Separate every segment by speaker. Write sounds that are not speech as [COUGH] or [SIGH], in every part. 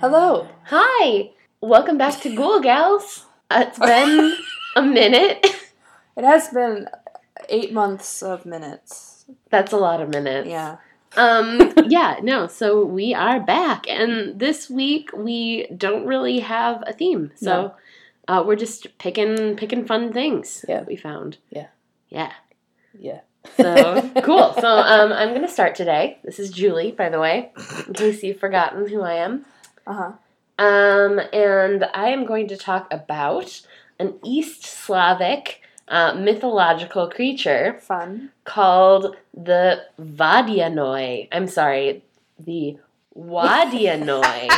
Speaker 1: Hello.
Speaker 2: Hi! Welcome back to Ghoul Gals. Uh,
Speaker 1: [LAUGHS]
Speaker 2: It's been a minute.
Speaker 1: It has been eight months of minutes.
Speaker 2: That's a lot of minutes.
Speaker 1: Yeah. [LAUGHS]
Speaker 2: Um, yeah, no, so we are back. And this week we don't really have a theme. So uh, we're just picking picking fun things
Speaker 1: Yeah.
Speaker 2: that
Speaker 1: [LAUGHS]
Speaker 2: we found.
Speaker 1: Yeah.
Speaker 2: Yeah.
Speaker 1: Yeah.
Speaker 2: So cool. So um, I'm going to start today. This is Julie, by the way, in case you've forgotten who I am.
Speaker 1: Uh huh.
Speaker 2: Um, and I am going to talk about an East Slavic uh, mythological creature
Speaker 1: Fun.
Speaker 2: called the Vadianoi. I'm sorry, the Wadianoi.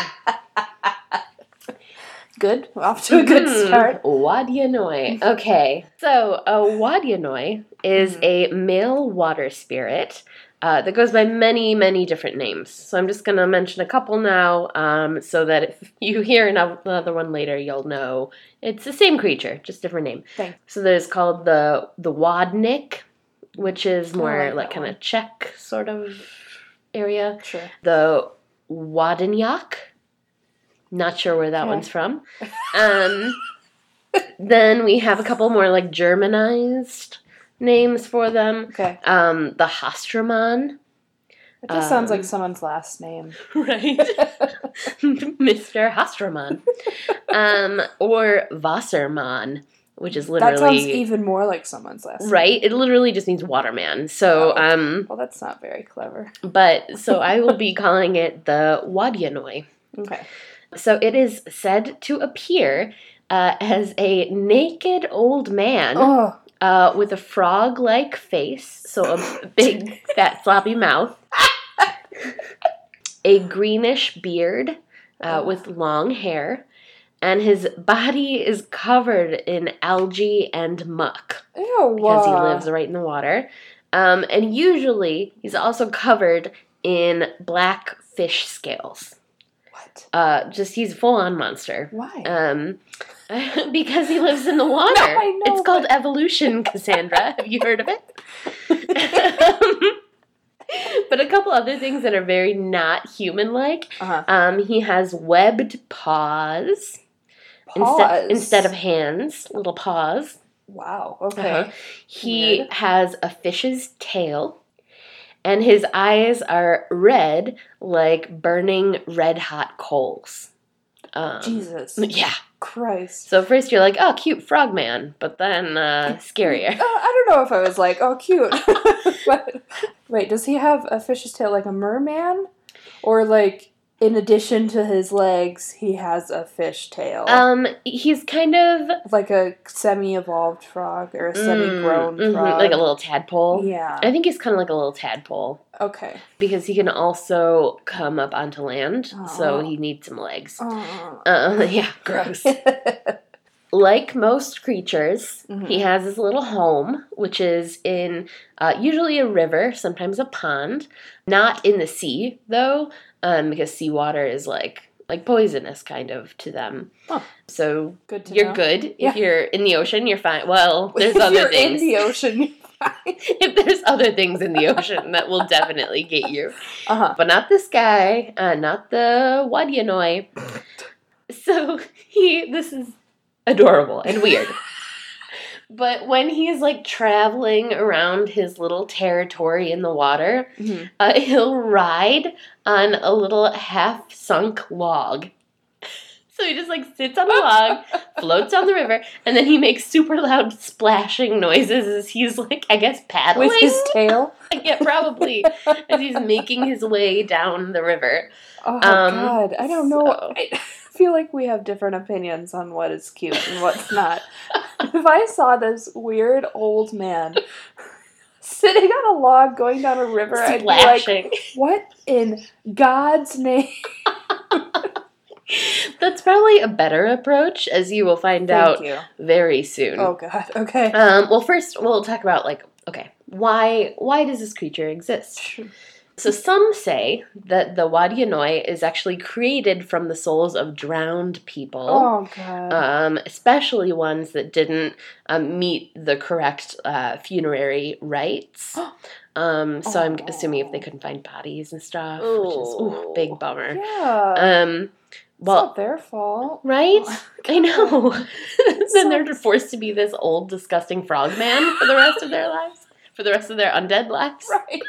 Speaker 1: Good. We're off to a good
Speaker 2: Mhm.
Speaker 1: start. [LAUGHS]
Speaker 2: Wadianoi. Okay. So, a Wadianoi is
Speaker 1: Mhm.
Speaker 2: a male water spirit uh, that goes by many, many different names. So, I'm just going to mention a couple now um, so that if you hear ano- another one later, you'll know it's the same creature, just different name.
Speaker 1: Thanks.
Speaker 2: So, there's called the, the Wadnik, which is more
Speaker 1: Oh, like
Speaker 2: like,
Speaker 1: that
Speaker 2: kind
Speaker 1: one.
Speaker 2: of Czech sort of area.
Speaker 1: Sure.
Speaker 2: The Wadanyak. Not sure where that
Speaker 1: Okay.
Speaker 2: one's from. Um, [LAUGHS] then we have a couple more like Germanized names for them.
Speaker 1: Okay.
Speaker 2: Um, the Hostraman,
Speaker 1: It just sounds
Speaker 2: Um,
Speaker 1: like someone's last name.
Speaker 2: [LAUGHS] right? Mr. Hostraman, um, or Wasserman, which is literally
Speaker 1: That sounds even more like someone's last name.
Speaker 2: right. It literally just means waterman. So,
Speaker 1: Oh.
Speaker 2: um,
Speaker 1: Well, that's not very clever.
Speaker 2: but so I will be calling it the Wadianoi.
Speaker 1: Okay.
Speaker 2: So it is said to appear uh, as a naked old man
Speaker 1: Oh.
Speaker 2: uh, with a frog like face, so a [LAUGHS] big, fat, floppy mouth, a greenish beard uh, with long hair, and his body is covered in algae and muck
Speaker 1: Ew.
Speaker 2: because he
Speaker 1: uh,
Speaker 2: lives right in the water. Um, and usually, he's also covered in black fish scales.
Speaker 1: What?
Speaker 2: Uh, just he's a full on monster.
Speaker 1: Why?
Speaker 2: Um, [LAUGHS] because he lives in the water.
Speaker 1: I know,
Speaker 2: it's called evolution, Cassandra.
Speaker 1: [LAUGHS]
Speaker 2: Have you heard of it? but a couple other things that are very not human-like.
Speaker 1: Uh-huh.
Speaker 2: Um, he has webbed paws,
Speaker 1: Paws.
Speaker 2: Instead, instead of hands, little paws.
Speaker 1: Wow. Okay.
Speaker 2: Uh-huh. He
Speaker 1: Weird.
Speaker 2: has a fish's tail, and his eyes are red, like burning red-hot coals. Um,
Speaker 1: Jesus
Speaker 2: Yeah.
Speaker 1: Christ.
Speaker 2: So first you're like, oh, cute frogman, but
Speaker 1: [LAUGHS]
Speaker 2: then uh, scarier.
Speaker 1: Uh, I don't know if I was like, oh,
Speaker 2: [LAUGHS]
Speaker 1: cute. but, wait, does he have a fish's tail like a merman? Or like, in addition to his legs, he has a fish tail?
Speaker 2: Um, he's kind of
Speaker 1: like a semi evolved frog or a semi grown
Speaker 2: mm, mhm,
Speaker 1: frog?
Speaker 2: like a little tadpole.
Speaker 1: Yeah.
Speaker 2: I think he's kind of like a little tadpole
Speaker 1: Okay.
Speaker 2: because he can also come up onto land,
Speaker 1: Aw.
Speaker 2: so he needs some legs.
Speaker 1: Oh.
Speaker 2: Uh, [LAUGHS] yeah, gross. like most creatures,
Speaker 1: Mhm.
Speaker 2: he has his little home, which is in uh, usually a river, sometimes a pond. Not in the sea, though, um, because seawater is like like poisonous kind of to them.
Speaker 1: Huh.
Speaker 2: So
Speaker 1: [LAUGHS] Good to
Speaker 2: you're
Speaker 1: know.
Speaker 2: good
Speaker 1: Yeah.
Speaker 2: if you're in the ocean. You're
Speaker 1: [LAUGHS]
Speaker 2: fine. Well, there's
Speaker 1: if
Speaker 2: other
Speaker 1: you're
Speaker 2: things.
Speaker 1: in the ocean.
Speaker 2: [LAUGHS] if there's other things in the ocean that will definitely get you,
Speaker 1: Uh
Speaker 2: [LAUGHS]
Speaker 1: huh.
Speaker 2: but not this guy, uh, not the Wadianoi. So [LAUGHS] he, this is adorable and
Speaker 1: [LAUGHS]
Speaker 2: weird. but when he's like traveling around his little territory in the water, uh, [LAUGHS] he'll ride on a little half sunk log. [LAUGHS] So he just like sits on
Speaker 1: [LAUGHS]
Speaker 2: a log, floats down the river, and then he makes super loud splashing noises as he's like, I guess, paddling.
Speaker 1: With his tail?
Speaker 2: [LAUGHS] yeah, probably as he's making his way down the river.
Speaker 1: Oh,
Speaker 2: Um,
Speaker 1: God. I don't know.
Speaker 2: so-
Speaker 1: I feel like we have different opinions on what is cute and what's not. if I saw this weird old man sitting on a log going down a river, I'd be like,
Speaker 2: Splashing.
Speaker 1: what in God's name?
Speaker 2: That's probably a better approach, as you will find out Uh,
Speaker 1: you.
Speaker 2: very soon.
Speaker 1: Oh, God. Okay.
Speaker 2: Um, well, first we'll talk about like, okay, why why does this creature exist? So some say that the Wadi Yanoi is actually created from the souls of drowned people.
Speaker 1: Oh god.
Speaker 2: um, especially ones that didn't um, meet the correct uh, funerary
Speaker 1: [GASPS]
Speaker 2: rites. Um, so I'm
Speaker 1: Oh.
Speaker 2: assuming if they couldn't find bodies and stuff, which is
Speaker 1: Ooh.
Speaker 2: ooh, big bummer.
Speaker 1: yeah.
Speaker 2: Um,
Speaker 1: it's
Speaker 2: well,
Speaker 1: not their fault.
Speaker 2: right?
Speaker 1: Oh,
Speaker 2: [LAUGHS]
Speaker 1: [LAUGHS]
Speaker 2: I know. then they're
Speaker 1: Sucks.
Speaker 2: forced to be this old, disgusting frog man for the rest of their lives, for the rest of their undead lives,
Speaker 1: Right.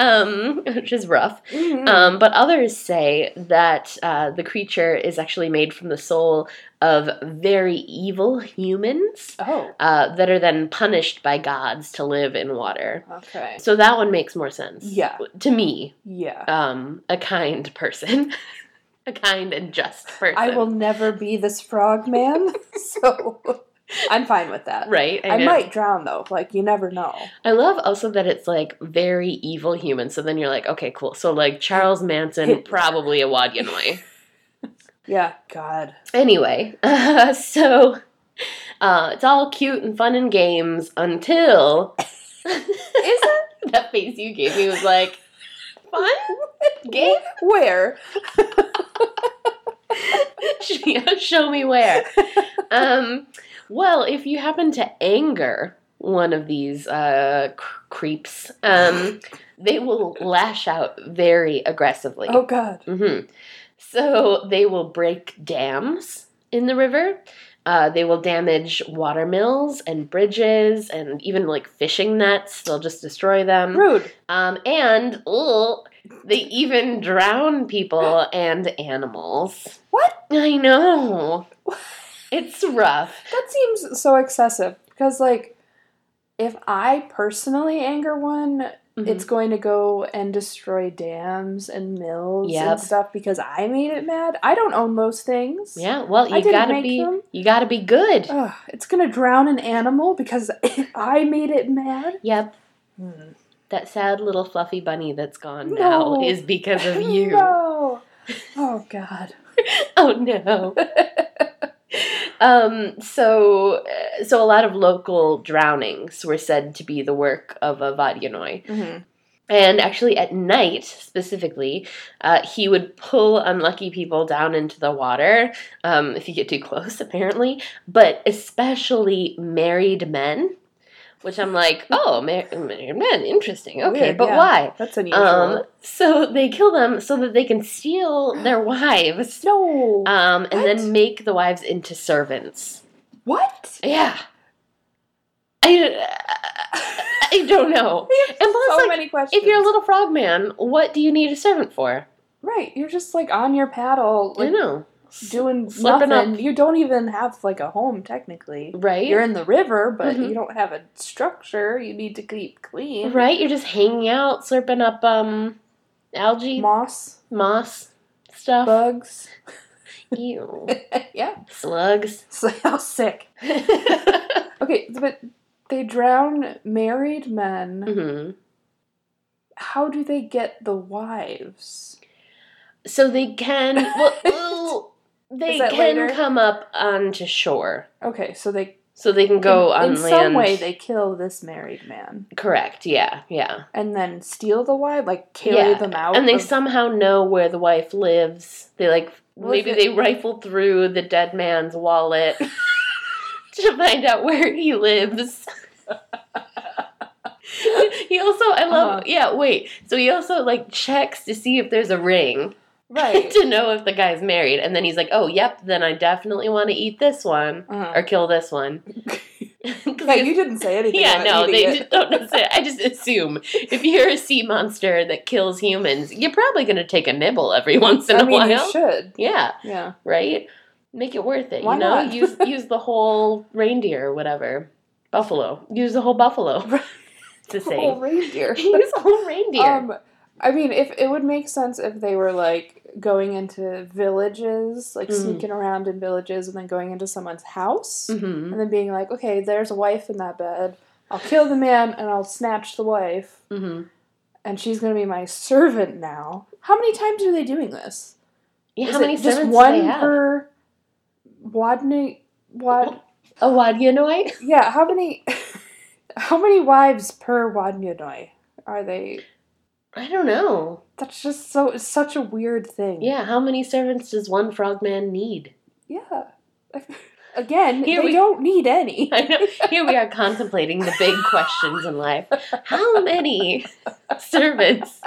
Speaker 2: um, [LAUGHS] which is rough.
Speaker 1: Mhm.
Speaker 2: Um, but others say that uh, the creature is actually made from the soul of very evil humans
Speaker 1: oh.
Speaker 2: uh, that are then punished by gods to live in water.
Speaker 1: Okay.
Speaker 2: So that one makes more sense.
Speaker 1: Yeah.
Speaker 2: To me,
Speaker 1: Yeah.
Speaker 2: um, a kind person, [LAUGHS] a kind and just person.
Speaker 1: I will never be this frog man, [LAUGHS] so I'm fine with that.
Speaker 2: Right,
Speaker 1: I,
Speaker 2: know.
Speaker 1: might drown though. Like you never know.
Speaker 2: I love also that it's like very evil human. So then you're like, okay, cool. So like
Speaker 1: [LAUGHS]
Speaker 2: Charles Manson, probably a Wadianoi.
Speaker 1: Yeah. God.
Speaker 2: Anyway, [LAUGHS] so uh, it's all cute and fun and games until [LAUGHS]
Speaker 1: Is [LAUGHS] it
Speaker 2: that face you gave me was like fun [LAUGHS] game.
Speaker 1: where?
Speaker 2: Show me [LAUGHS] where. Um, well, if you happen to anger one of these uh, cr- creeps, um, they will lash out very aggressively.
Speaker 1: Oh God.
Speaker 2: hmm So they will break dams in the river. Uh, they will damage water mills and bridges and even like fishing nets. They'll just destroy them.
Speaker 1: Rude.
Speaker 2: Um, and ugh, they even
Speaker 1: [GASPS]
Speaker 2: drown people and animals.
Speaker 1: What? [LAUGHS]
Speaker 2: I know. It's rough.
Speaker 1: That seems so excessive because like. If I personally anger one,
Speaker 2: Mm-hmm.
Speaker 1: it's going to go and destroy dams and mills
Speaker 2: Yep.
Speaker 1: and stuff because I made it mad. I don't own those things.
Speaker 2: yeah. Well,
Speaker 1: I
Speaker 2: you
Speaker 1: didn't
Speaker 2: gotta
Speaker 1: make
Speaker 2: be.
Speaker 1: them. Oh.
Speaker 2: You gotta be good.
Speaker 1: Ugh, it's gonna drown an animal because [LAUGHS] I made it mad.
Speaker 2: Yep. Hmm. That sad little fluffy bunny that's gone
Speaker 1: No.
Speaker 2: now is
Speaker 1: [LAUGHS]
Speaker 2: because of you.
Speaker 1: No. Oh God.
Speaker 2: [LAUGHS] Oh no. [LAUGHS] um so uh, so a lot of local drownings were said to be the work of a Vadyanoi. And actually at night specifically, uh, he would pull unlucky people down into the water um, if you get too close [LAUGHS] apparently, but especially married men, which I'm like, "Oh, mar- married men, interesting. Okay,
Speaker 1: Weird,
Speaker 2: but
Speaker 1: yeah.
Speaker 2: why?"
Speaker 1: That's unusual.
Speaker 2: Um, so they kill them so that they can steal their wives
Speaker 1: no.
Speaker 2: um, and
Speaker 1: What?
Speaker 2: then make the wives into servants.
Speaker 1: what?
Speaker 2: Yeah. I, I [LAUGHS] don't
Speaker 1: [LAUGHS]
Speaker 2: know. And plus,
Speaker 1: so
Speaker 2: like,
Speaker 1: many questions.
Speaker 2: if you're a little frogman, what do you need a servant for?
Speaker 1: right, you're just like on your paddle,
Speaker 2: I
Speaker 1: like
Speaker 2: know.
Speaker 1: doing
Speaker 2: slipping
Speaker 1: nothing. You don't even have like a home technically.
Speaker 2: Right?
Speaker 1: You're in the river, but
Speaker 2: Mhm.
Speaker 1: you don't have a structure. You need to keep clean.
Speaker 2: right? You're just hanging out, slurping up um, algae,
Speaker 1: Moss,
Speaker 2: moss stuff.
Speaker 1: bugs.
Speaker 2: [LAUGHS]
Speaker 1: [LAUGHS]
Speaker 2: Ew.
Speaker 1: yeah. [LAUGHS]
Speaker 2: Slugs.
Speaker 1: So how sick.
Speaker 2: mm-hmm.
Speaker 1: Okay, but they drown married men.
Speaker 2: Mm.
Speaker 1: How do they get the wives?
Speaker 2: So they can.
Speaker 1: [LAUGHS]
Speaker 2: Well, well, they
Speaker 1: Is that
Speaker 2: can
Speaker 1: later?
Speaker 2: come up onto shore.
Speaker 1: Okay, so they
Speaker 2: So they can go
Speaker 1: in,
Speaker 2: on
Speaker 1: in
Speaker 2: land.
Speaker 1: some way they kill this married man
Speaker 2: Correct. Yeah. Yeah.
Speaker 1: and then steal the wife, like carry
Speaker 2: Yeah,
Speaker 1: them out.
Speaker 2: And they
Speaker 1: of-
Speaker 2: somehow know where the wife lives. They like
Speaker 1: Well, if
Speaker 2: maybe
Speaker 1: it-
Speaker 2: they rifle through the dead
Speaker 1: [LAUGHS]
Speaker 2: man's wallet to find out where he lives. he also I love
Speaker 1: Uh-huh.
Speaker 2: yeah, wait. So he also like checks to see if there's a ring [LAUGHS]
Speaker 1: right.
Speaker 2: to know if the guy's married and then he's like, "Oh, yep, then I definitely want to eat this one
Speaker 1: Uh,
Speaker 2: or kill this one." [LAUGHS] 'Cause
Speaker 1: yeah, you didn't say anything.
Speaker 2: yeah,
Speaker 1: about
Speaker 2: no,
Speaker 1: eating
Speaker 2: they
Speaker 1: it.
Speaker 2: just don't necessarily. I just assume if you're a sea monster that kills humans, you're probably going to take a nibble every [LAUGHS] once in
Speaker 1: I
Speaker 2: a
Speaker 1: mean, you
Speaker 2: while.
Speaker 1: should.
Speaker 2: Yeah,
Speaker 1: Yeah.
Speaker 2: right. Make it worth it.
Speaker 1: Why
Speaker 2: you know,
Speaker 1: not? [LAUGHS]
Speaker 2: use use the whole reindeer or whatever. Buffalo. Use the
Speaker 1: [LAUGHS]
Speaker 2: whole buffalo. to
Speaker 1: Oh,
Speaker 2: say, [LAUGHS]
Speaker 1: reindeer.
Speaker 2: use the whole reindeer.
Speaker 1: Um, I mean, if it would make sense if they were like going into villages, like
Speaker 2: Mm.
Speaker 1: sneaking around in villages, and then going into someone's house,
Speaker 2: hmm
Speaker 1: and then being like, "Okay, there's a wife in that bed. I'll kill the man and I'll snatch the wife,
Speaker 2: hmm
Speaker 1: and she's gonna be my servant now." How many times are they doing this?
Speaker 2: Yeah,
Speaker 1: Is
Speaker 2: how
Speaker 1: it
Speaker 2: many
Speaker 1: just
Speaker 2: servants
Speaker 1: one
Speaker 2: do they have?
Speaker 1: per wadney? Wad?
Speaker 2: a Wadianoi?
Speaker 1: Yeah, [LAUGHS] how many? how many wives per wadnyanoi are they?
Speaker 2: [LAUGHS] I don't know.
Speaker 1: That's just so it's such a weird thing.
Speaker 2: Yeah, how many servants does one frogman need?
Speaker 1: Yeah. [LAUGHS] Again,
Speaker 2: Here
Speaker 1: they
Speaker 2: we-
Speaker 1: don't need any.
Speaker 2: [LAUGHS] I know. Here we are contemplating the big questions in life. How many servants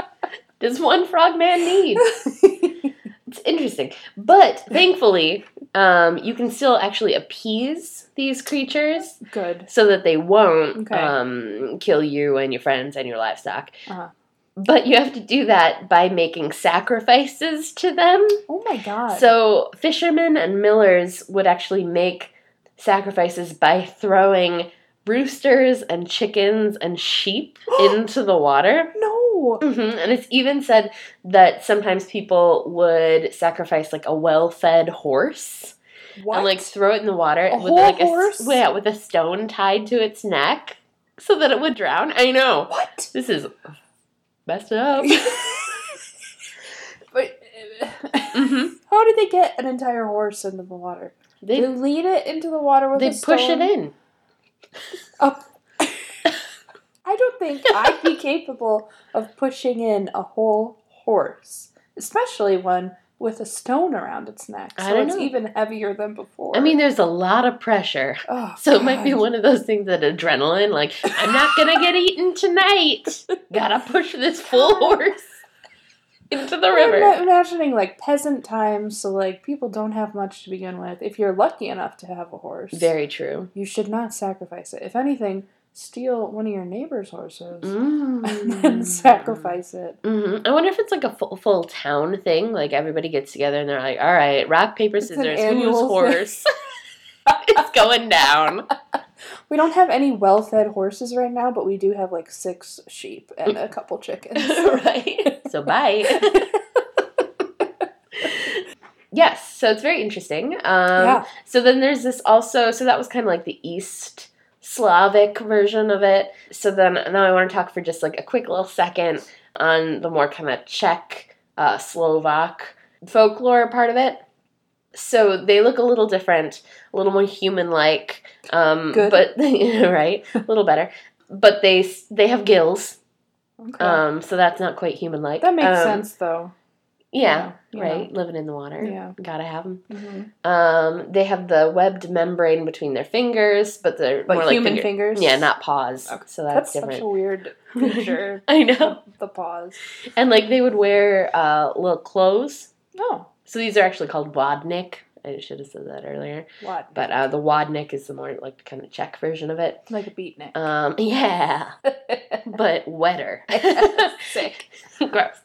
Speaker 2: does one frogman need? It's interesting. But thankfully, um, you can still actually appease these creatures
Speaker 1: Good.
Speaker 2: so that they won't
Speaker 1: Okay.
Speaker 2: um, kill you and your friends and your livestock.
Speaker 1: Uh-huh.
Speaker 2: But you have to do that by making sacrifices to them.
Speaker 1: Oh my god.
Speaker 2: So fishermen and millers would actually make sacrifices by throwing roosters and chickens
Speaker 1: [GASPS]
Speaker 2: and sheep into the water.
Speaker 1: no.
Speaker 2: hmm And it's even said that sometimes people would sacrifice like a well-fed horse
Speaker 1: What?
Speaker 2: and like throw it in the water
Speaker 1: A
Speaker 2: with
Speaker 1: whole
Speaker 2: like a s-
Speaker 1: horse?
Speaker 2: yeah with a stone tied to its neck so that it would drown. I know
Speaker 1: what?
Speaker 2: this is messed up.
Speaker 1: [LAUGHS] but
Speaker 2: hmm
Speaker 1: how did they get an entire horse into the water? They,
Speaker 2: They
Speaker 1: lead it into the water with
Speaker 2: they
Speaker 1: a
Speaker 2: push it
Speaker 1: stone?
Speaker 2: in.
Speaker 1: I don't think I'd be capable of pushing in a whole horse, especially one with a stone around its neck. So
Speaker 2: I don't
Speaker 1: it's
Speaker 2: know.
Speaker 1: even heavier than before.
Speaker 2: I mean, there's a lot of pressure.
Speaker 1: oh,
Speaker 2: So it might be
Speaker 1: God.
Speaker 2: one of those things that adrenaline, like, I'm not gonna get eaten
Speaker 1: [LAUGHS]
Speaker 2: tonight. Gotta push this full horse into the
Speaker 1: I'm
Speaker 2: river.
Speaker 1: imagining like peasant times, so like people don't have much to begin with. If you're lucky enough to have a horse,
Speaker 2: Very true.
Speaker 1: you should not sacrifice it. If anything, steal one of your neighbor's horses [LAUGHS] and then [LAUGHS]
Speaker 2: Mm.
Speaker 1: sacrifice it.
Speaker 2: Mhm. I wonder if it's like a full, full town thing. Like everybody gets together and they're like, all right, rock, paper,
Speaker 1: It's an
Speaker 2: scissors, whose
Speaker 1: annual [LAUGHS]
Speaker 2: horse? it's going down.
Speaker 1: We don't have any well-fed horses right now, but we do have like six sheep and a couple chickens.
Speaker 2: [LAUGHS] right? So
Speaker 1: [LAUGHS]
Speaker 2: bye. yes, so it's very interesting. Um,
Speaker 1: yeah.
Speaker 2: So then there's this also, so that was kind of like the East Slavic version of it. So then now I want to talk for just like a quick little second on the more kind of Czech, uh, Slovak folklore part of it. So they look a little different, a little more human-like, um,
Speaker 1: Good.
Speaker 2: but [LAUGHS] right, a little better. But they s- they have gills,
Speaker 1: Okay.
Speaker 2: um, so that's not quite human-like.
Speaker 1: that makes
Speaker 2: Um,
Speaker 1: sense, though.
Speaker 2: Yeah,
Speaker 1: You know, you
Speaker 2: right. Living in the water,
Speaker 1: Yeah.
Speaker 2: gotta have them.
Speaker 1: know. Mhm.
Speaker 2: Um, they have the webbed membrane between their fingers, but they're
Speaker 1: But
Speaker 2: more like
Speaker 1: human
Speaker 2: finger-
Speaker 1: fingers.
Speaker 2: Yeah, not paws.
Speaker 1: Okay.
Speaker 2: So
Speaker 1: That's,
Speaker 2: that's,
Speaker 1: such
Speaker 2: different.
Speaker 1: a weird feature.
Speaker 2: [LAUGHS] I
Speaker 1: the,
Speaker 2: know.
Speaker 1: the paws.
Speaker 2: And like they would wear uh, little clothes.
Speaker 1: No.
Speaker 2: So these are actually called wadnik. I should have said that earlier.
Speaker 1: What?
Speaker 2: But uh, the wadnik is the more like kind of Czech version of it.
Speaker 1: Like a beatnik. [LAUGHS]
Speaker 2: Um, [LAUGHS] yeah, but wetter.
Speaker 1: Sick.
Speaker 2: Gross.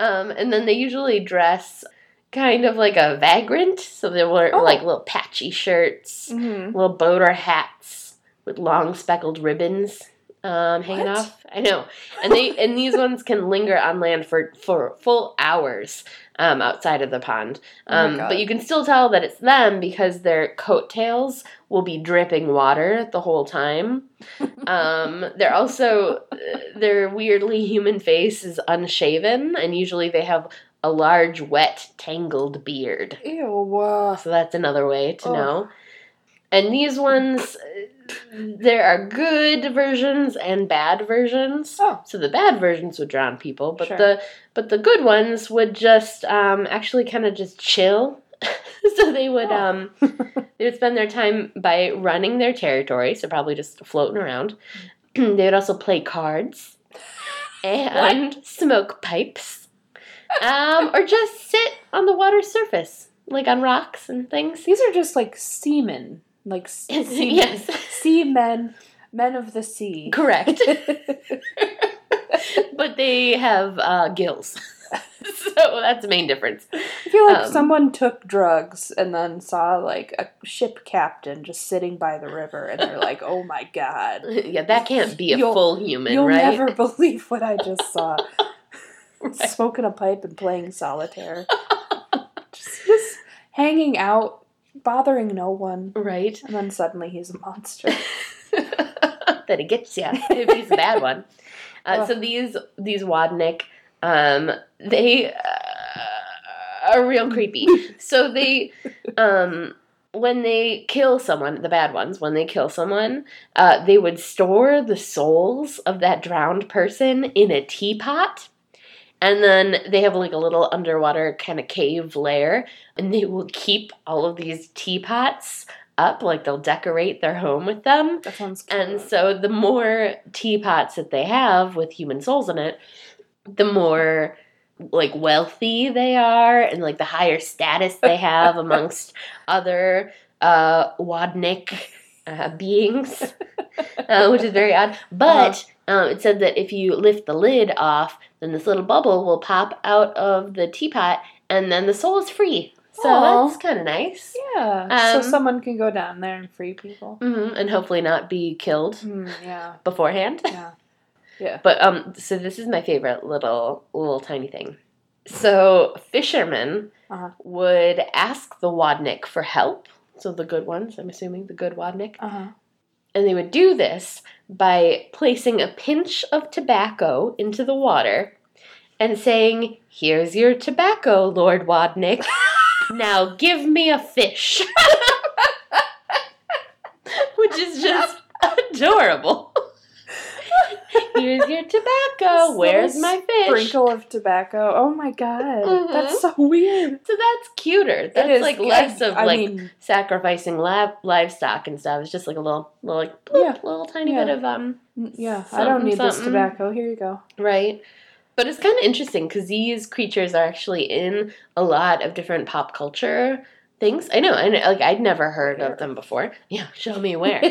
Speaker 2: Um, and then they usually dress kind of like a vagrant. So they wear
Speaker 1: Oh.
Speaker 2: like little patchy shirts.
Speaker 1: Mhm.
Speaker 2: little boater hats with long speckled ribbons um, hanging
Speaker 1: What?
Speaker 2: off. I know, and they
Speaker 1: [LAUGHS]
Speaker 2: and these ones can linger on land for for full hours um, outside of the pond.
Speaker 1: Oh my
Speaker 2: Um,
Speaker 1: God.
Speaker 2: but you can still tell that it's them because their coattails will be dripping water the whole time.
Speaker 1: [LAUGHS]
Speaker 2: Um, they're also their weirdly human face is unshaven, and usually they have a large, wet, tangled beard.
Speaker 1: Ew. uh,
Speaker 2: So that's another way to
Speaker 1: Oh.
Speaker 2: know. And these ones, uh, there are good versions and bad versions.
Speaker 1: Oh.
Speaker 2: So the bad versions would drown people, but
Speaker 1: Sure.
Speaker 2: the but the good ones would just um, actually kind of just chill. [LAUGHS] so they would
Speaker 1: Oh.
Speaker 2: um, they would spend their time by running their territory. So probably just floating around. [CLEARS THROAT] they
Speaker 1: Mm.
Speaker 2: would also play cards and smoke pipes um, or just sit on the water surface, like on rocks and
Speaker 1: [LAUGHS]
Speaker 2: things. [LAUGHS]
Speaker 1: These are just like seamen. Like s- seamen.
Speaker 2: yes,
Speaker 1: Seamen. Men of the sea.
Speaker 2: correct. [LAUGHS] but they have uh, gills, [LAUGHS] so that's the main difference. [LAUGHS]
Speaker 1: I feel like
Speaker 2: Um,
Speaker 1: someone took drugs and then saw like a ship captain just sitting by the river, and they're like, "Oh my god,
Speaker 2: yeah, that can't be a
Speaker 1: You'll-
Speaker 2: full human,
Speaker 1: you'll
Speaker 2: right?
Speaker 1: never [LAUGHS] believe what I just saw."
Speaker 2: [LAUGHS]
Speaker 1: [LAUGHS]
Speaker 2: Right.
Speaker 1: Smoking a pipe and playing solitaire, just, just hanging out, bothering no one,
Speaker 2: Right.
Speaker 1: and then suddenly he's a monster.
Speaker 2: [LAUGHS] that it gets you if he's a bad one. Uh, so these these Wadnik, um, they uh, are real creepy. So they, um, when they kill someone, the bad ones, when they kill someone, uh, they would store the souls of that drowned person in a teapot. And then they have like a little underwater kind of cave lair, and they will keep all of these teapots up, like they'll decorate their home with them.
Speaker 1: That sounds cool.
Speaker 2: [LAUGHS] And so the more teapots that they have with human souls in it, the more like wealthy they are and like the higher status they have amongst other uh wadnik uh, beings uh, which is very odd but um, it said that if you lift the lid off then this little bubble will pop out of the teapot and then the soul is free so
Speaker 1: Aw.
Speaker 2: that's kind of nice
Speaker 1: yeah.
Speaker 2: Um,
Speaker 1: so someone can go down there and free
Speaker 2: [LAUGHS]
Speaker 1: people.
Speaker 2: hmm and hopefully not be killed
Speaker 1: Mm, yeah.
Speaker 2: beforehand
Speaker 1: Yeah. Yeah.
Speaker 2: But um, so this is my favorite little little tiny thing. So fishermen
Speaker 1: Uh-huh.
Speaker 2: would ask the wadnik for help. So the good ones, I'm assuming the good wadnik,
Speaker 1: Uh
Speaker 2: [LAUGHS]
Speaker 1: huh.
Speaker 2: and they would do this by placing a pinch of tobacco into the water and saying, "Here's your tobacco, Lord
Speaker 1: [LAUGHS]
Speaker 2: Wadnik. now give me a fish." [LAUGHS] Which is just adorable. [LAUGHS] Here's your tobacco.
Speaker 1: [LAUGHS] This
Speaker 2: Where's
Speaker 1: little
Speaker 2: my fish?
Speaker 1: Sprinkle of tobacco. Oh my god.
Speaker 2: Mhm.
Speaker 1: That's so [LAUGHS] weird.
Speaker 2: So that's cuter. That's
Speaker 1: It is-
Speaker 2: like less of
Speaker 1: I
Speaker 2: like
Speaker 1: mean,
Speaker 2: sacrificing lab- livestock and stuff. It's just like a little, little like bloop,
Speaker 1: Yeah.
Speaker 2: little tiny
Speaker 1: Yeah.
Speaker 2: bit of um
Speaker 1: n- yeah, I don't
Speaker 2: something,
Speaker 1: need this
Speaker 2: something.
Speaker 1: tobacco. Here you
Speaker 2: [LAUGHS]
Speaker 1: go.
Speaker 2: Right. But it's kind of interesting because these creatures are actually in a lot of different pop culture things. I know, and like I'd never heard of them before. Yeah, show
Speaker 1: [LAUGHS]
Speaker 2: me where.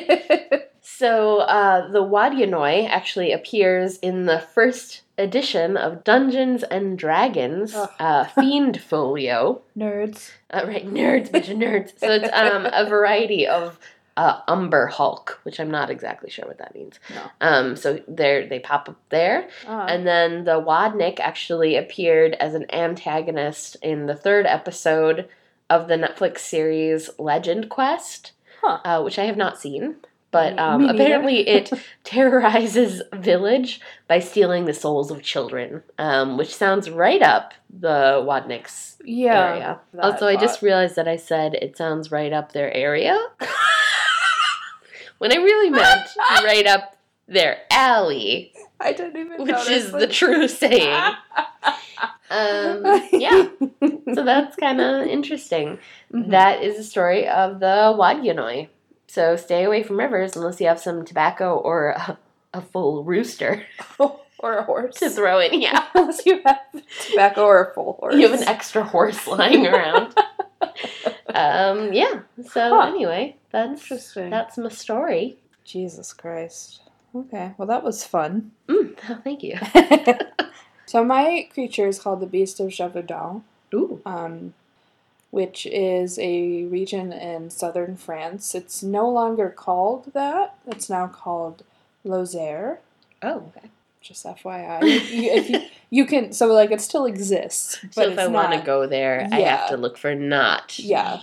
Speaker 2: so uh, the Wadianoi actually appears in the first edition of Dungeons and Dragons
Speaker 1: Ugh.
Speaker 2: uh, Fiend Folio.
Speaker 1: Nerds.
Speaker 2: Uh, right, nerds, bunch of nerds. So it's um, a variety of uh, Umber Hulk, which I'm not exactly sure what that means.
Speaker 1: No.
Speaker 2: Um, so they they pop up there.
Speaker 1: Uh,
Speaker 2: And then the Wadnik actually appeared as an antagonist in the third episode of the Netflix series Legend Quest,
Speaker 1: Huh.
Speaker 2: uh, which I have not seen. But
Speaker 1: Me-
Speaker 2: um,
Speaker 1: me neither. [LAUGHS]
Speaker 2: apparently, it terrorizes village by stealing the souls of children, um, which sounds right up the Wadnik's
Speaker 1: yeah.
Speaker 2: area.
Speaker 1: that
Speaker 2: uh, Also, I just
Speaker 1: thought.
Speaker 2: realized that I said it sounds right up their area [LAUGHS] when I
Speaker 1: [LAUGHS]
Speaker 2: really meant right up their alley
Speaker 1: I didn't [LAUGHS] even
Speaker 2: which
Speaker 1: notice
Speaker 2: is the
Speaker 1: that- [LAUGHS]
Speaker 2: true saying. Um, yeah, so that's kind of interesting.
Speaker 1: Mhm.
Speaker 2: That is a story of the Wadyanoi. So stay away from rivers unless you have some tobacco or a, a full rooster [LAUGHS]
Speaker 1: or a horse.
Speaker 2: to throw in. Yeah,
Speaker 1: [LAUGHS] Unless you have tobacco or a full horse.
Speaker 2: you have an extra horse lying
Speaker 1: [LAUGHS]
Speaker 2: around. um, yeah. So
Speaker 1: Huh.
Speaker 2: anyway, that's
Speaker 1: Interesting.
Speaker 2: that's my story.
Speaker 1: Jesus Christ. Okay, well, that was [LAUGHS] fun.
Speaker 2: Mm, [LAUGHS] oh, thank you.
Speaker 1: so, my creature is called the Beast of Javaudan,
Speaker 2: Ooh.
Speaker 1: um, which is a region in southern France. It's no longer called that, it's now called Lozère.
Speaker 2: Oh. [LAUGHS] Okay.
Speaker 1: Just
Speaker 2: [LAUGHS]
Speaker 1: FYI. you, if you, you can, so like it still exists. But
Speaker 2: So if
Speaker 1: it's
Speaker 2: I
Speaker 1: not,
Speaker 2: want to go there, I
Speaker 1: Yeah.
Speaker 2: have to look for not.
Speaker 1: Yeah.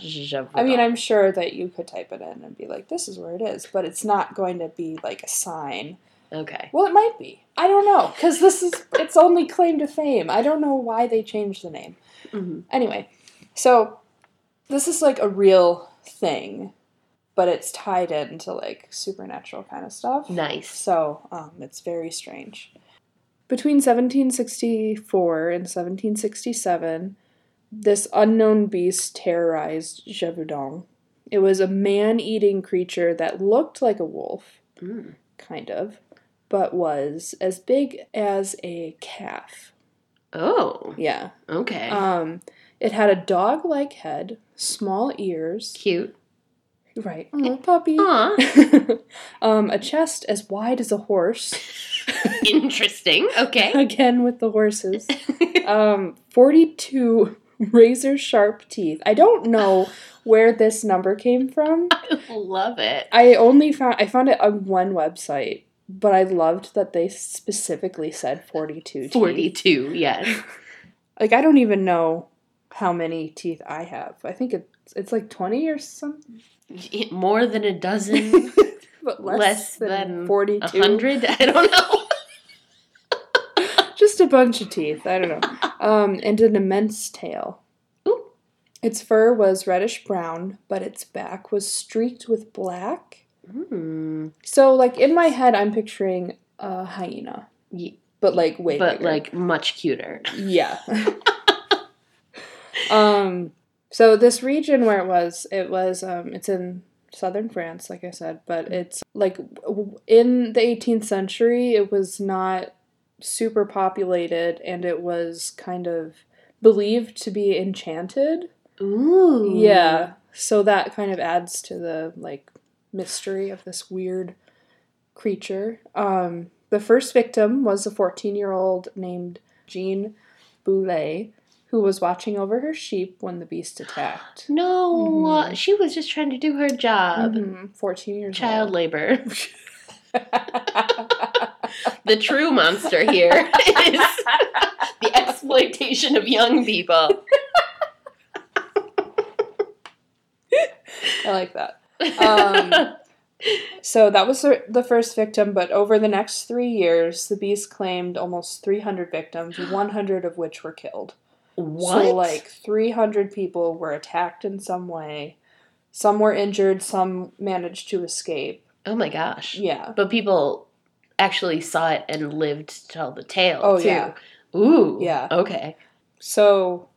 Speaker 1: I mean, I'm sure that you could type it in and be like, this is where it is, but it's not going to be like a sign.
Speaker 2: okay.
Speaker 1: Well, it might be. I don't know, because this is its only claim to fame. I don't know why they changed the name. Mm-hmm.
Speaker 2: Mhm.
Speaker 1: Anyway, so this is like a real thing, but it's tied into like supernatural kind of stuff.
Speaker 2: Nice.
Speaker 1: So um, it's very strange. Between 1764 and 1767, this unknown beast terrorized Gévaudan. It was a man eating creature that looked like a wolf,
Speaker 2: Mm.
Speaker 1: kind of, but was as big as a calf.
Speaker 2: Oh,
Speaker 1: Yeah.
Speaker 2: okay.
Speaker 1: Um, it had a dog like head, small ears. [LAUGHS]
Speaker 2: Cute.
Speaker 1: Right. Aw, puppy.
Speaker 2: Aw,
Speaker 1: [LAUGHS] um, a chest as wide as a horse.
Speaker 2: interesting.
Speaker 1: [LAUGHS]
Speaker 2: Okay.
Speaker 1: again with the horses. um, 42 razor sharp teeth. I don't know where this number came from.
Speaker 2: Love it.
Speaker 1: I only found I found it on one website, but I loved that they specifically said 42 teeth.
Speaker 2: 42, yes.
Speaker 1: Like I don't even know how many teeth I have. I think it's it's like 20 or
Speaker 2: [LAUGHS]
Speaker 1: something,
Speaker 2: More than a
Speaker 1: [LAUGHS]
Speaker 2: dozen,
Speaker 1: but less,
Speaker 2: Less
Speaker 1: than,
Speaker 2: than
Speaker 1: 42.
Speaker 2: a hundred? I don't know.
Speaker 1: Just a bunch of teeth. I don't
Speaker 2: [LAUGHS]
Speaker 1: know. Um, and an immense tail.
Speaker 2: Ooh.
Speaker 1: Its fur was reddish brown, but its back was streaked with black.
Speaker 2: Mm.
Speaker 1: So, like in my head, I'm picturing a hyena,
Speaker 2: Ye-
Speaker 1: but like way
Speaker 2: but
Speaker 1: bigger.
Speaker 2: like much cuter.
Speaker 1: yeah. um. So this region where it was, it was um, it's in southern France, like I said, but it's like w- in the 18th century, it was not super populated, and it was kind of believed to be enchanted.
Speaker 2: Ooh.
Speaker 1: Yeah. So that kind of adds to the like mystery of this weird creature. Um, the first victim was a 14 year old named Jean Boulet, who was watching over her sheep when the beast attacked.
Speaker 2: No,
Speaker 1: Mhm.
Speaker 2: uh, she was just trying to do her job.
Speaker 1: Mhm, 14 years
Speaker 2: Child
Speaker 1: old. [LAUGHS]
Speaker 2: labor. The true
Speaker 1: [LAUGHS]
Speaker 2: monster here is the exploitation of young people.
Speaker 1: I like that. Um, So that was the the first victim, but over the next three years, the beast claimed almost 300 victims, 100 of which were killed.
Speaker 2: what?
Speaker 1: So like 300 people were attacked in some way. Some were injured, some managed to escape.
Speaker 2: oh my gosh.
Speaker 1: Yeah.
Speaker 2: But people actually saw it and lived to tell the tale.
Speaker 1: Oh,
Speaker 2: too.
Speaker 1: yeah.
Speaker 2: Ooh.
Speaker 1: Yeah.
Speaker 2: Okay.
Speaker 1: So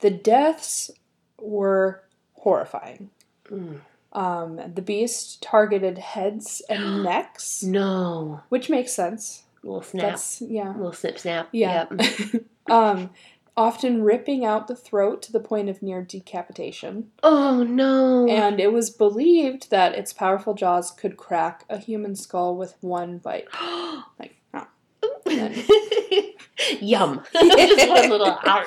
Speaker 1: the deaths were horrifying.
Speaker 2: Mm.
Speaker 1: Um, the beast targeted heads and necks,
Speaker 2: No.
Speaker 1: which makes sense.
Speaker 2: Little snap.
Speaker 1: That's yeah.
Speaker 2: Little snip snap.
Speaker 1: Yeah.
Speaker 2: Yep.
Speaker 1: Um, often ripping out the throat to the point of near decapitation.
Speaker 2: Oh no.
Speaker 1: And it was believed that its powerful jaws could crack a human skull with one bite. Like, ah.
Speaker 2: [GASPS] Yum. [LAUGHS] Just one little
Speaker 1: [LAUGHS]
Speaker 2: out.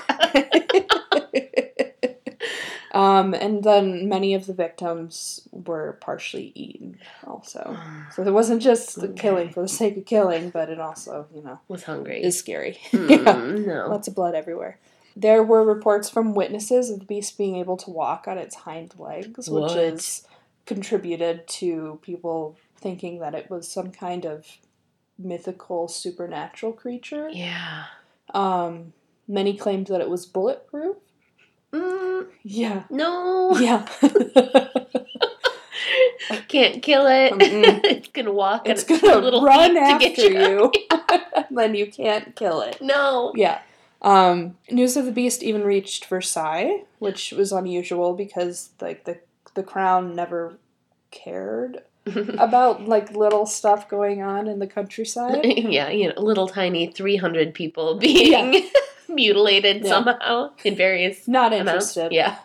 Speaker 1: [LAUGHS] um, and then many of the victims were partially eaten also. So there wasn't just the killing for the sake of killing, but it also, you know,
Speaker 2: Was hungry.
Speaker 1: is scary.
Speaker 2: Mm,
Speaker 1: yeah.
Speaker 2: No.
Speaker 1: [LAUGHS] Lots of blood everywhere. There were reports from witnesses of the beast being able to walk on its hind legs,
Speaker 2: What?
Speaker 1: which is contributed to people thinking that it was some kind of mythical supernatural creature.
Speaker 2: Yeah.
Speaker 1: Um, many claimed that it was bulletproof. [LAUGHS]
Speaker 2: Mm,
Speaker 1: Yeah.
Speaker 2: no. [LAUGHS]
Speaker 1: Yeah.
Speaker 2: Can't kill it.
Speaker 1: Mm-mm.
Speaker 2: [LAUGHS] it's gonna walk. on
Speaker 1: it's gonna run
Speaker 2: feet
Speaker 1: after
Speaker 2: [LAUGHS]
Speaker 1: you,
Speaker 2: you.
Speaker 1: [LAUGHS] then you can't kill it.
Speaker 2: [LAUGHS] No.
Speaker 1: Yeah. Um, News of the Beast even reached Versailles, which was unusual because like the the crown never cared about like little stuff going on in the countryside.
Speaker 2: [LAUGHS] yeah, you know, little tiny 300 people being [LAUGHS] mutilated
Speaker 1: Yeah.
Speaker 2: somehow in various
Speaker 1: Not
Speaker 2: amounts.
Speaker 1: interested. [LAUGHS]
Speaker 2: Yeah.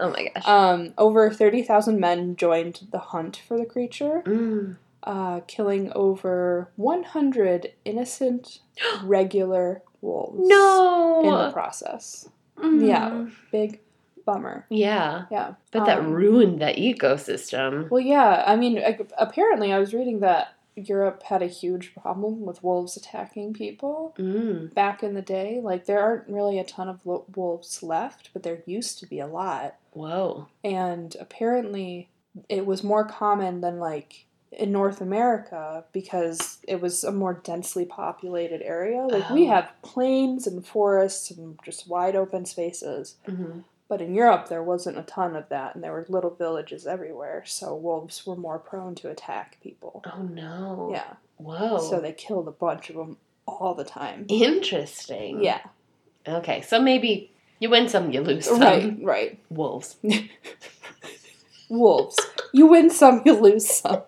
Speaker 2: oh my gosh.
Speaker 1: Um, over 30,000 men joined the hunt for the creature.
Speaker 2: Mm.
Speaker 1: uh, killing over 100
Speaker 2: [GASPS]
Speaker 1: innocent regular wolves
Speaker 2: No.
Speaker 1: in the process.
Speaker 2: Mm.
Speaker 1: Yeah. Big bummer.
Speaker 2: Yeah.
Speaker 1: Yeah.
Speaker 2: But that
Speaker 1: Um,
Speaker 2: ruined the ecosystem.
Speaker 1: Well, yeah. I mean, ag- apparently, I was reading that Europe had a huge problem with wolves attacking people
Speaker 2: Mm.
Speaker 1: back in the day. Like, there aren't really a ton of lo- wolves left, but there used to be a lot.
Speaker 2: Whoa.
Speaker 1: and apparently it was more common than like in North America because it was a more densely populated area. Like we
Speaker 2: Oh.
Speaker 1: have plains and forests and just wide open spaces.
Speaker 2: Mhm.
Speaker 1: But in Europe there wasn't a ton of that and there were little villages everywhere, so wolves were more prone to attack people.
Speaker 2: Oh no.
Speaker 1: Yeah.
Speaker 2: Whoa.
Speaker 1: So they killed a bunch of them all the time.
Speaker 2: Interesting.
Speaker 1: Yeah.
Speaker 2: Okay. So maybe you win some, you lose some.
Speaker 1: Right, right.
Speaker 2: Wolves.
Speaker 1: Wolves. You win some, you lose some.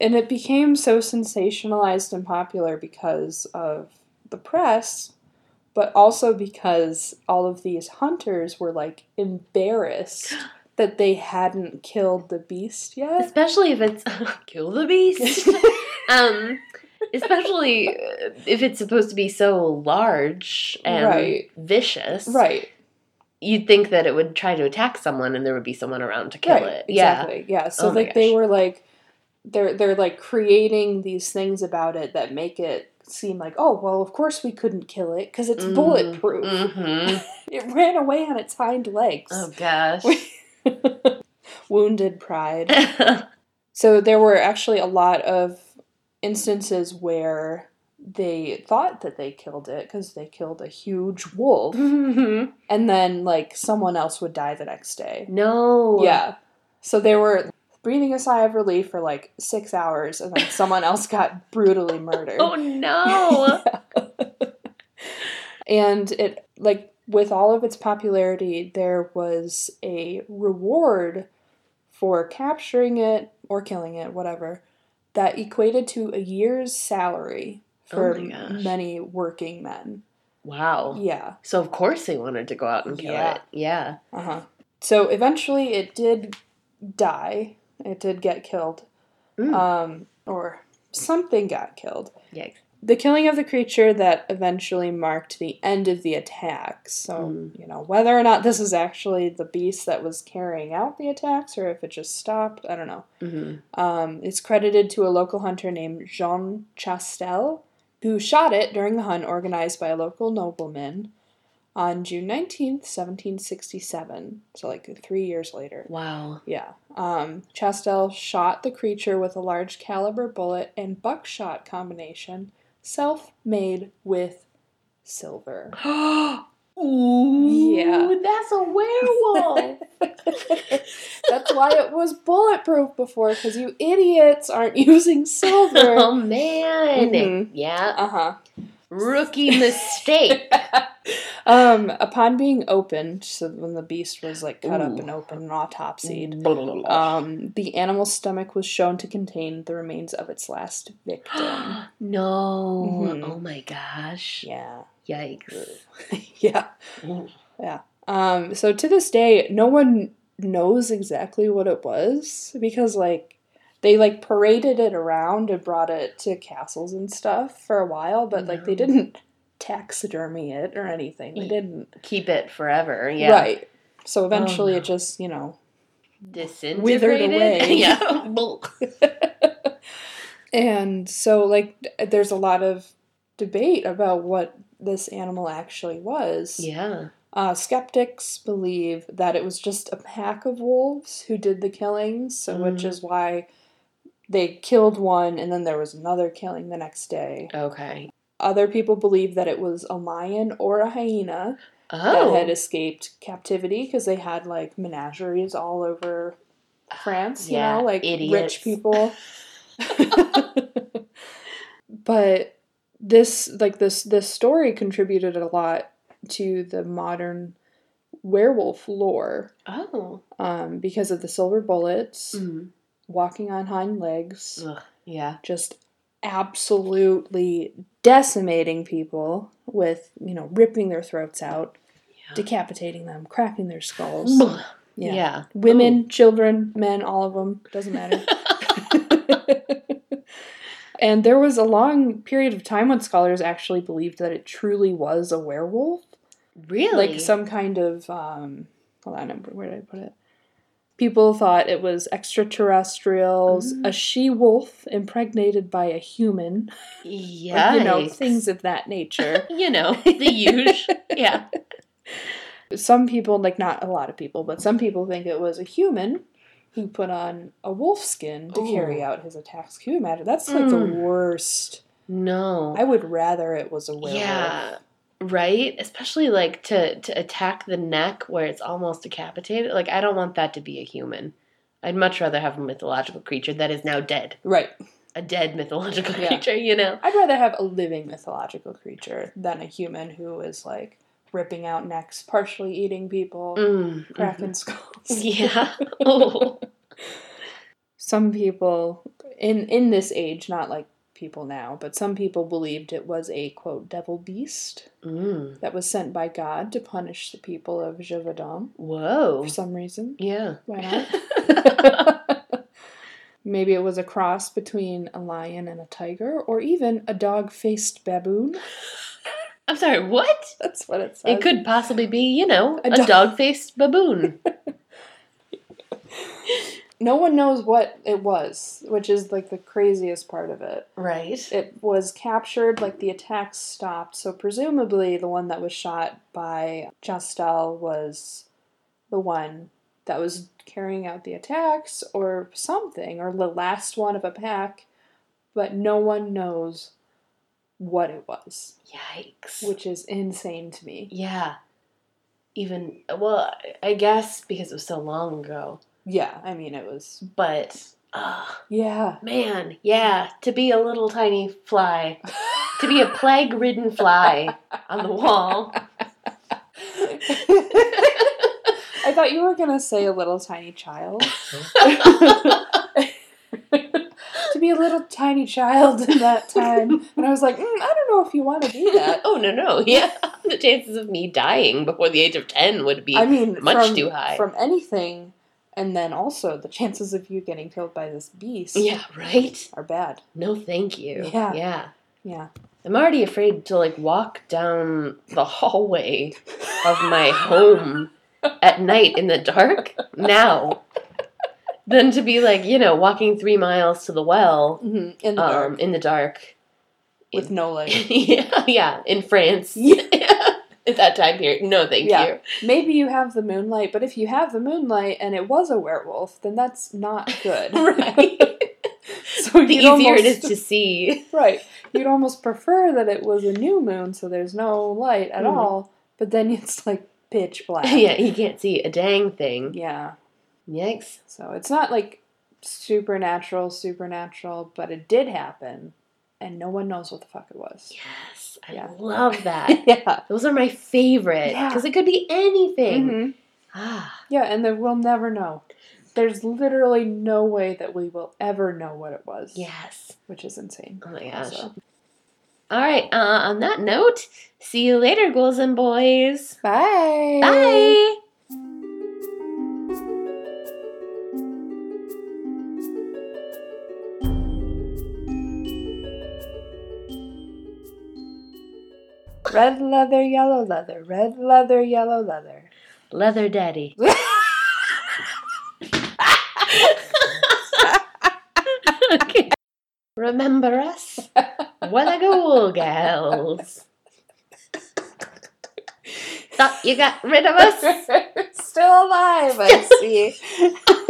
Speaker 1: And it became so sensationalized and popular because of the press, but also because all of these hunters were like embarrassed that they hadn't killed the beast yet.
Speaker 2: especially
Speaker 1: [LAUGHS]
Speaker 2: if it's kill the beast. um, especially uh, if it's supposed to be so large and
Speaker 1: Right. [LAUGHS]
Speaker 2: vicious.
Speaker 1: right.
Speaker 2: You'd think that it would try to attack someone, and there would be someone around to kill
Speaker 1: Right.
Speaker 2: it.
Speaker 1: Exactly. Yeah. So
Speaker 2: Oh my
Speaker 1: like they
Speaker 2: gosh.
Speaker 1: were like they're they're like creating these things about it that make it seem like, oh well of course we couldn't kill it because it's
Speaker 2: Mm. Yeah.
Speaker 1: bulletproof.
Speaker 2: Mm-hmm.
Speaker 1: [LAUGHS] It ran away on its hind legs.
Speaker 2: Oh gosh. [LAUGHS]
Speaker 1: Wounded pride. So there were actually a lot of instances where they thought that they killed it because they killed a huge wolf, Mm-hmm.
Speaker 2: Mhm.
Speaker 1: and then like someone else would die the next day.
Speaker 2: no.
Speaker 1: Yeah. So there were breathing a sigh of relief for like six hours, and then someone else got
Speaker 2: [LAUGHS]
Speaker 1: brutally murdered. [LAUGHS]
Speaker 2: Oh no.
Speaker 1: And it, like, with all of its popularity, there was a reward for capturing it or killing it, whatever, that equated to a year's salary for
Speaker 2: Oh my gosh.
Speaker 1: many working men.
Speaker 2: Wow.
Speaker 1: Yeah.
Speaker 2: So of course they wanted to go out and kill
Speaker 1: Yeah.
Speaker 2: it. Yeah.
Speaker 1: Uh huh. So eventually it did die. It did get killed.
Speaker 2: Mm.
Speaker 1: Um, or something got killed.
Speaker 2: Yikes.
Speaker 1: the killing of the creature that eventually marked the end of the attack. So,
Speaker 2: Mm.
Speaker 1: you know, whether or not this is actually the beast that was carrying out the attacks or if it just stopped, I don't know.
Speaker 2: hmm
Speaker 1: Um, it's credited to a local hunter named Jean Chastel, who shot it during the hunt organized by a local nobleman on June 19th, 1767. So, like three years later.
Speaker 2: Wow. [GASPS]
Speaker 1: Yeah. Um, Chastel shot the creature with a large caliber bullet and buckshot combination, self made with silver. [LAUGHS]
Speaker 2: Ooh.
Speaker 1: Yeah.
Speaker 2: That's
Speaker 1: [LAUGHS]
Speaker 2: a werewolf.
Speaker 1: That's why it was bulletproof before, because you idiots aren't [LAUGHS] using
Speaker 2: [LAUGHS]
Speaker 1: silver.
Speaker 2: oh man.
Speaker 1: Mhm.
Speaker 2: Yeah.
Speaker 1: Uh huh. [LAUGHS]
Speaker 2: Rookie mistake.
Speaker 1: Um, upon being opened, so when the beast was like cut up
Speaker 2: Ooh.
Speaker 1: and opened and autopsied,
Speaker 2: Blah, blah, blah.
Speaker 1: um, the animal's stomach was shown to contain the remains of its last
Speaker 2: [GASPS]
Speaker 1: victim.
Speaker 2: no.
Speaker 1: Mhm.
Speaker 2: Oh my gosh.
Speaker 1: yeah. [LAUGHS] Mm-hmm.
Speaker 2: Yikes.
Speaker 1: yeah.
Speaker 2: Ooh.
Speaker 1: Um, so to this day, no one knows exactly what it was because like they like paraded it around and brought it to castles and stuff for a while, but like they
Speaker 2: No.
Speaker 1: didn't taxidermy it or anything. They didn't.
Speaker 2: Keep it forever. Yeah. Oh,
Speaker 1: Right. So eventually
Speaker 2: no.
Speaker 1: it just, you know.
Speaker 2: Disintegrated.
Speaker 1: away.
Speaker 2: [LAUGHS] yeah.
Speaker 1: [LAUGHS] And so like th- there's a lot of debate about what this animal actually was.
Speaker 2: yeah.
Speaker 1: Uh, skeptics believe that it was just a pack of wolves who did the killings, so which
Speaker 2: Mm.
Speaker 1: is why they killed one and then there was another killing the next day.
Speaker 2: Okay.
Speaker 1: Other people believe that it was a lion or a hyena that had
Speaker 2: Oh.
Speaker 1: escaped captivity because they had like menageries all over France, you
Speaker 2: Yeah,
Speaker 1: know, like
Speaker 2: idiots.
Speaker 1: rich
Speaker 2: [LAUGHS]
Speaker 1: people. but this like this this story contributed a lot to the modern werewolf lore
Speaker 2: Oh.
Speaker 1: um, because of the silver bullets,
Speaker 2: Mm.
Speaker 1: walking on hind legs,
Speaker 2: Ugh. Yeah.
Speaker 1: just absolutely decimating people with, you know, ripping their throats out,
Speaker 2: Yeah.
Speaker 1: decapitating them, cracking their skulls.
Speaker 2: Blah.
Speaker 1: Yeah.
Speaker 2: yeah.
Speaker 1: Women, children, men, all of them, doesn't matter. [LAUGHS] and there was a long period of time when scholars actually believed that it truly was a werewolf.
Speaker 2: Really?
Speaker 1: like some kind of um hold on where did i put it people thought it was extraterrestrials
Speaker 2: Mm.
Speaker 1: a she-wolf impregnated by a human
Speaker 2: yeah,
Speaker 1: like, you know things of that nature
Speaker 2: You know
Speaker 1: [LAUGHS]
Speaker 2: the huge. yeah.
Speaker 1: some people like not a lot of people but some people think it was a human who put on a wolf skin to
Speaker 2: Ooh.
Speaker 1: carry out his attacks can you imagine that's like the
Speaker 2: Mm.
Speaker 1: worst
Speaker 2: No.
Speaker 1: i would rather it was a werewolf
Speaker 2: yeah. Right, especially like to to attack the neck where it's almost decapitated. Like I don't want that to be a human. I'd much rather have a mythological creature that is now dead.
Speaker 1: right
Speaker 2: A dead mythological
Speaker 1: Yeah.
Speaker 2: creature, you know.
Speaker 1: I'd rather have a living mythological creature than a human who is like ripping out necks, partially eating people,
Speaker 2: Mm,
Speaker 1: cracking [LAUGHS]
Speaker 2: mhm.
Speaker 1: skulls.
Speaker 2: [LAUGHS] Yeah. Oh.
Speaker 1: Some people in in this age, not like people now, but some people believed it was a quote devil beast
Speaker 2: Mm.
Speaker 1: that was sent by God to punish the people of Gévaudan
Speaker 2: Whoa.
Speaker 1: for some reason.
Speaker 2: Yeah.
Speaker 1: Why not? Maybe it was a cross between a lion and a tiger, or even a dog-faced baboon. [LAUGHS]
Speaker 2: I'm sorry. What?
Speaker 1: That's what it says.
Speaker 2: It could possibly be, you know,
Speaker 1: A
Speaker 2: a,
Speaker 1: dog- [LAUGHS]
Speaker 2: dog-faced baboon.
Speaker 1: no one knows what it was, which is like the craziest part of it.
Speaker 2: right.
Speaker 1: It was captured, like the attacks stopped, so presumably the one that was shot by Chastel was the one that was carrying out the attacks or something, or the last one of a pack, but no one knows what it was,
Speaker 2: Yikes.
Speaker 1: which is insane to me.
Speaker 2: yeah. Even well, I guess because it was so long ago,
Speaker 1: Yeah, I mean, it was.
Speaker 2: But uh,
Speaker 1: Yeah. [LAUGHS]
Speaker 2: man, yeah, to be a little tiny fly, to be a plague-ridden fly on the wall.
Speaker 1: I thought you were gonna say a little tiny child. to be a little tiny child in that time, and I was like, mm, I don't know if you want to do that.
Speaker 2: oh no no yeah the chances of me dying before the age of 10 would be
Speaker 1: I mean,
Speaker 2: much
Speaker 1: from,
Speaker 2: too high
Speaker 1: from anything, and then also the chances of you getting killed by this beast
Speaker 2: [LAUGHS] yeah right
Speaker 1: are bad.
Speaker 2: no thank you
Speaker 1: Yeah.
Speaker 2: yeah
Speaker 1: Yeah,
Speaker 2: i'm already afraid to like walk down the hallway of my home at night in the dark now than to be like you know walking three miles to the well
Speaker 1: hmm in the
Speaker 2: um
Speaker 1: dark
Speaker 2: in the dark [LAUGHS]
Speaker 1: with no legs.
Speaker 2: yeah yeah in france
Speaker 1: Yeah.
Speaker 2: [LAUGHS] at that time period no thank
Speaker 1: Yeah. [LAUGHS]
Speaker 2: you
Speaker 1: Maybe you have the moonlight, but if you have the moonlight and it was a werewolf, then that's not good.
Speaker 2: [LAUGHS] right
Speaker 1: [LAUGHS] So
Speaker 2: the
Speaker 1: you'd
Speaker 2: easier
Speaker 1: almost-
Speaker 2: it is to see
Speaker 1: [LAUGHS]
Speaker 2: [LAUGHS]
Speaker 1: Right. You'd almost prefer that it was a new moon, so there's no light at
Speaker 2: Mhm.
Speaker 1: all. But then it's like pitch black.
Speaker 2: [LAUGHS] yeah, he can't see a dang thing.
Speaker 1: Yeah.
Speaker 2: Yikes.
Speaker 1: So it's not like supernatural, supernatural, but it did happen, and no one knows what the fuck it was.
Speaker 2: Yes, I
Speaker 1: Yeah. [LAUGHS]
Speaker 2: love that.
Speaker 1: Yeah.
Speaker 2: Those are my favorite
Speaker 1: Yeah.
Speaker 2: because it could be anything.
Speaker 1: hmm
Speaker 2: Ah,
Speaker 1: Yeah, and then we'll never know. There's literally no way that we will ever know what it was.
Speaker 2: yes.
Speaker 1: Which is insane.
Speaker 2: Oh my gosh.
Speaker 1: So,
Speaker 2: All right. Uh, on that note, see you later, girls and boys.
Speaker 1: Bye.
Speaker 2: Bye.
Speaker 1: Red leather, yellow leather, red leather, yellow
Speaker 2: [LAUGHS]
Speaker 1: leather. [LAUGHS]
Speaker 2: Leather Daddy. okay. Remember us? Well, I go, gals. Thought you got rid of us?
Speaker 1: Still alive, I see.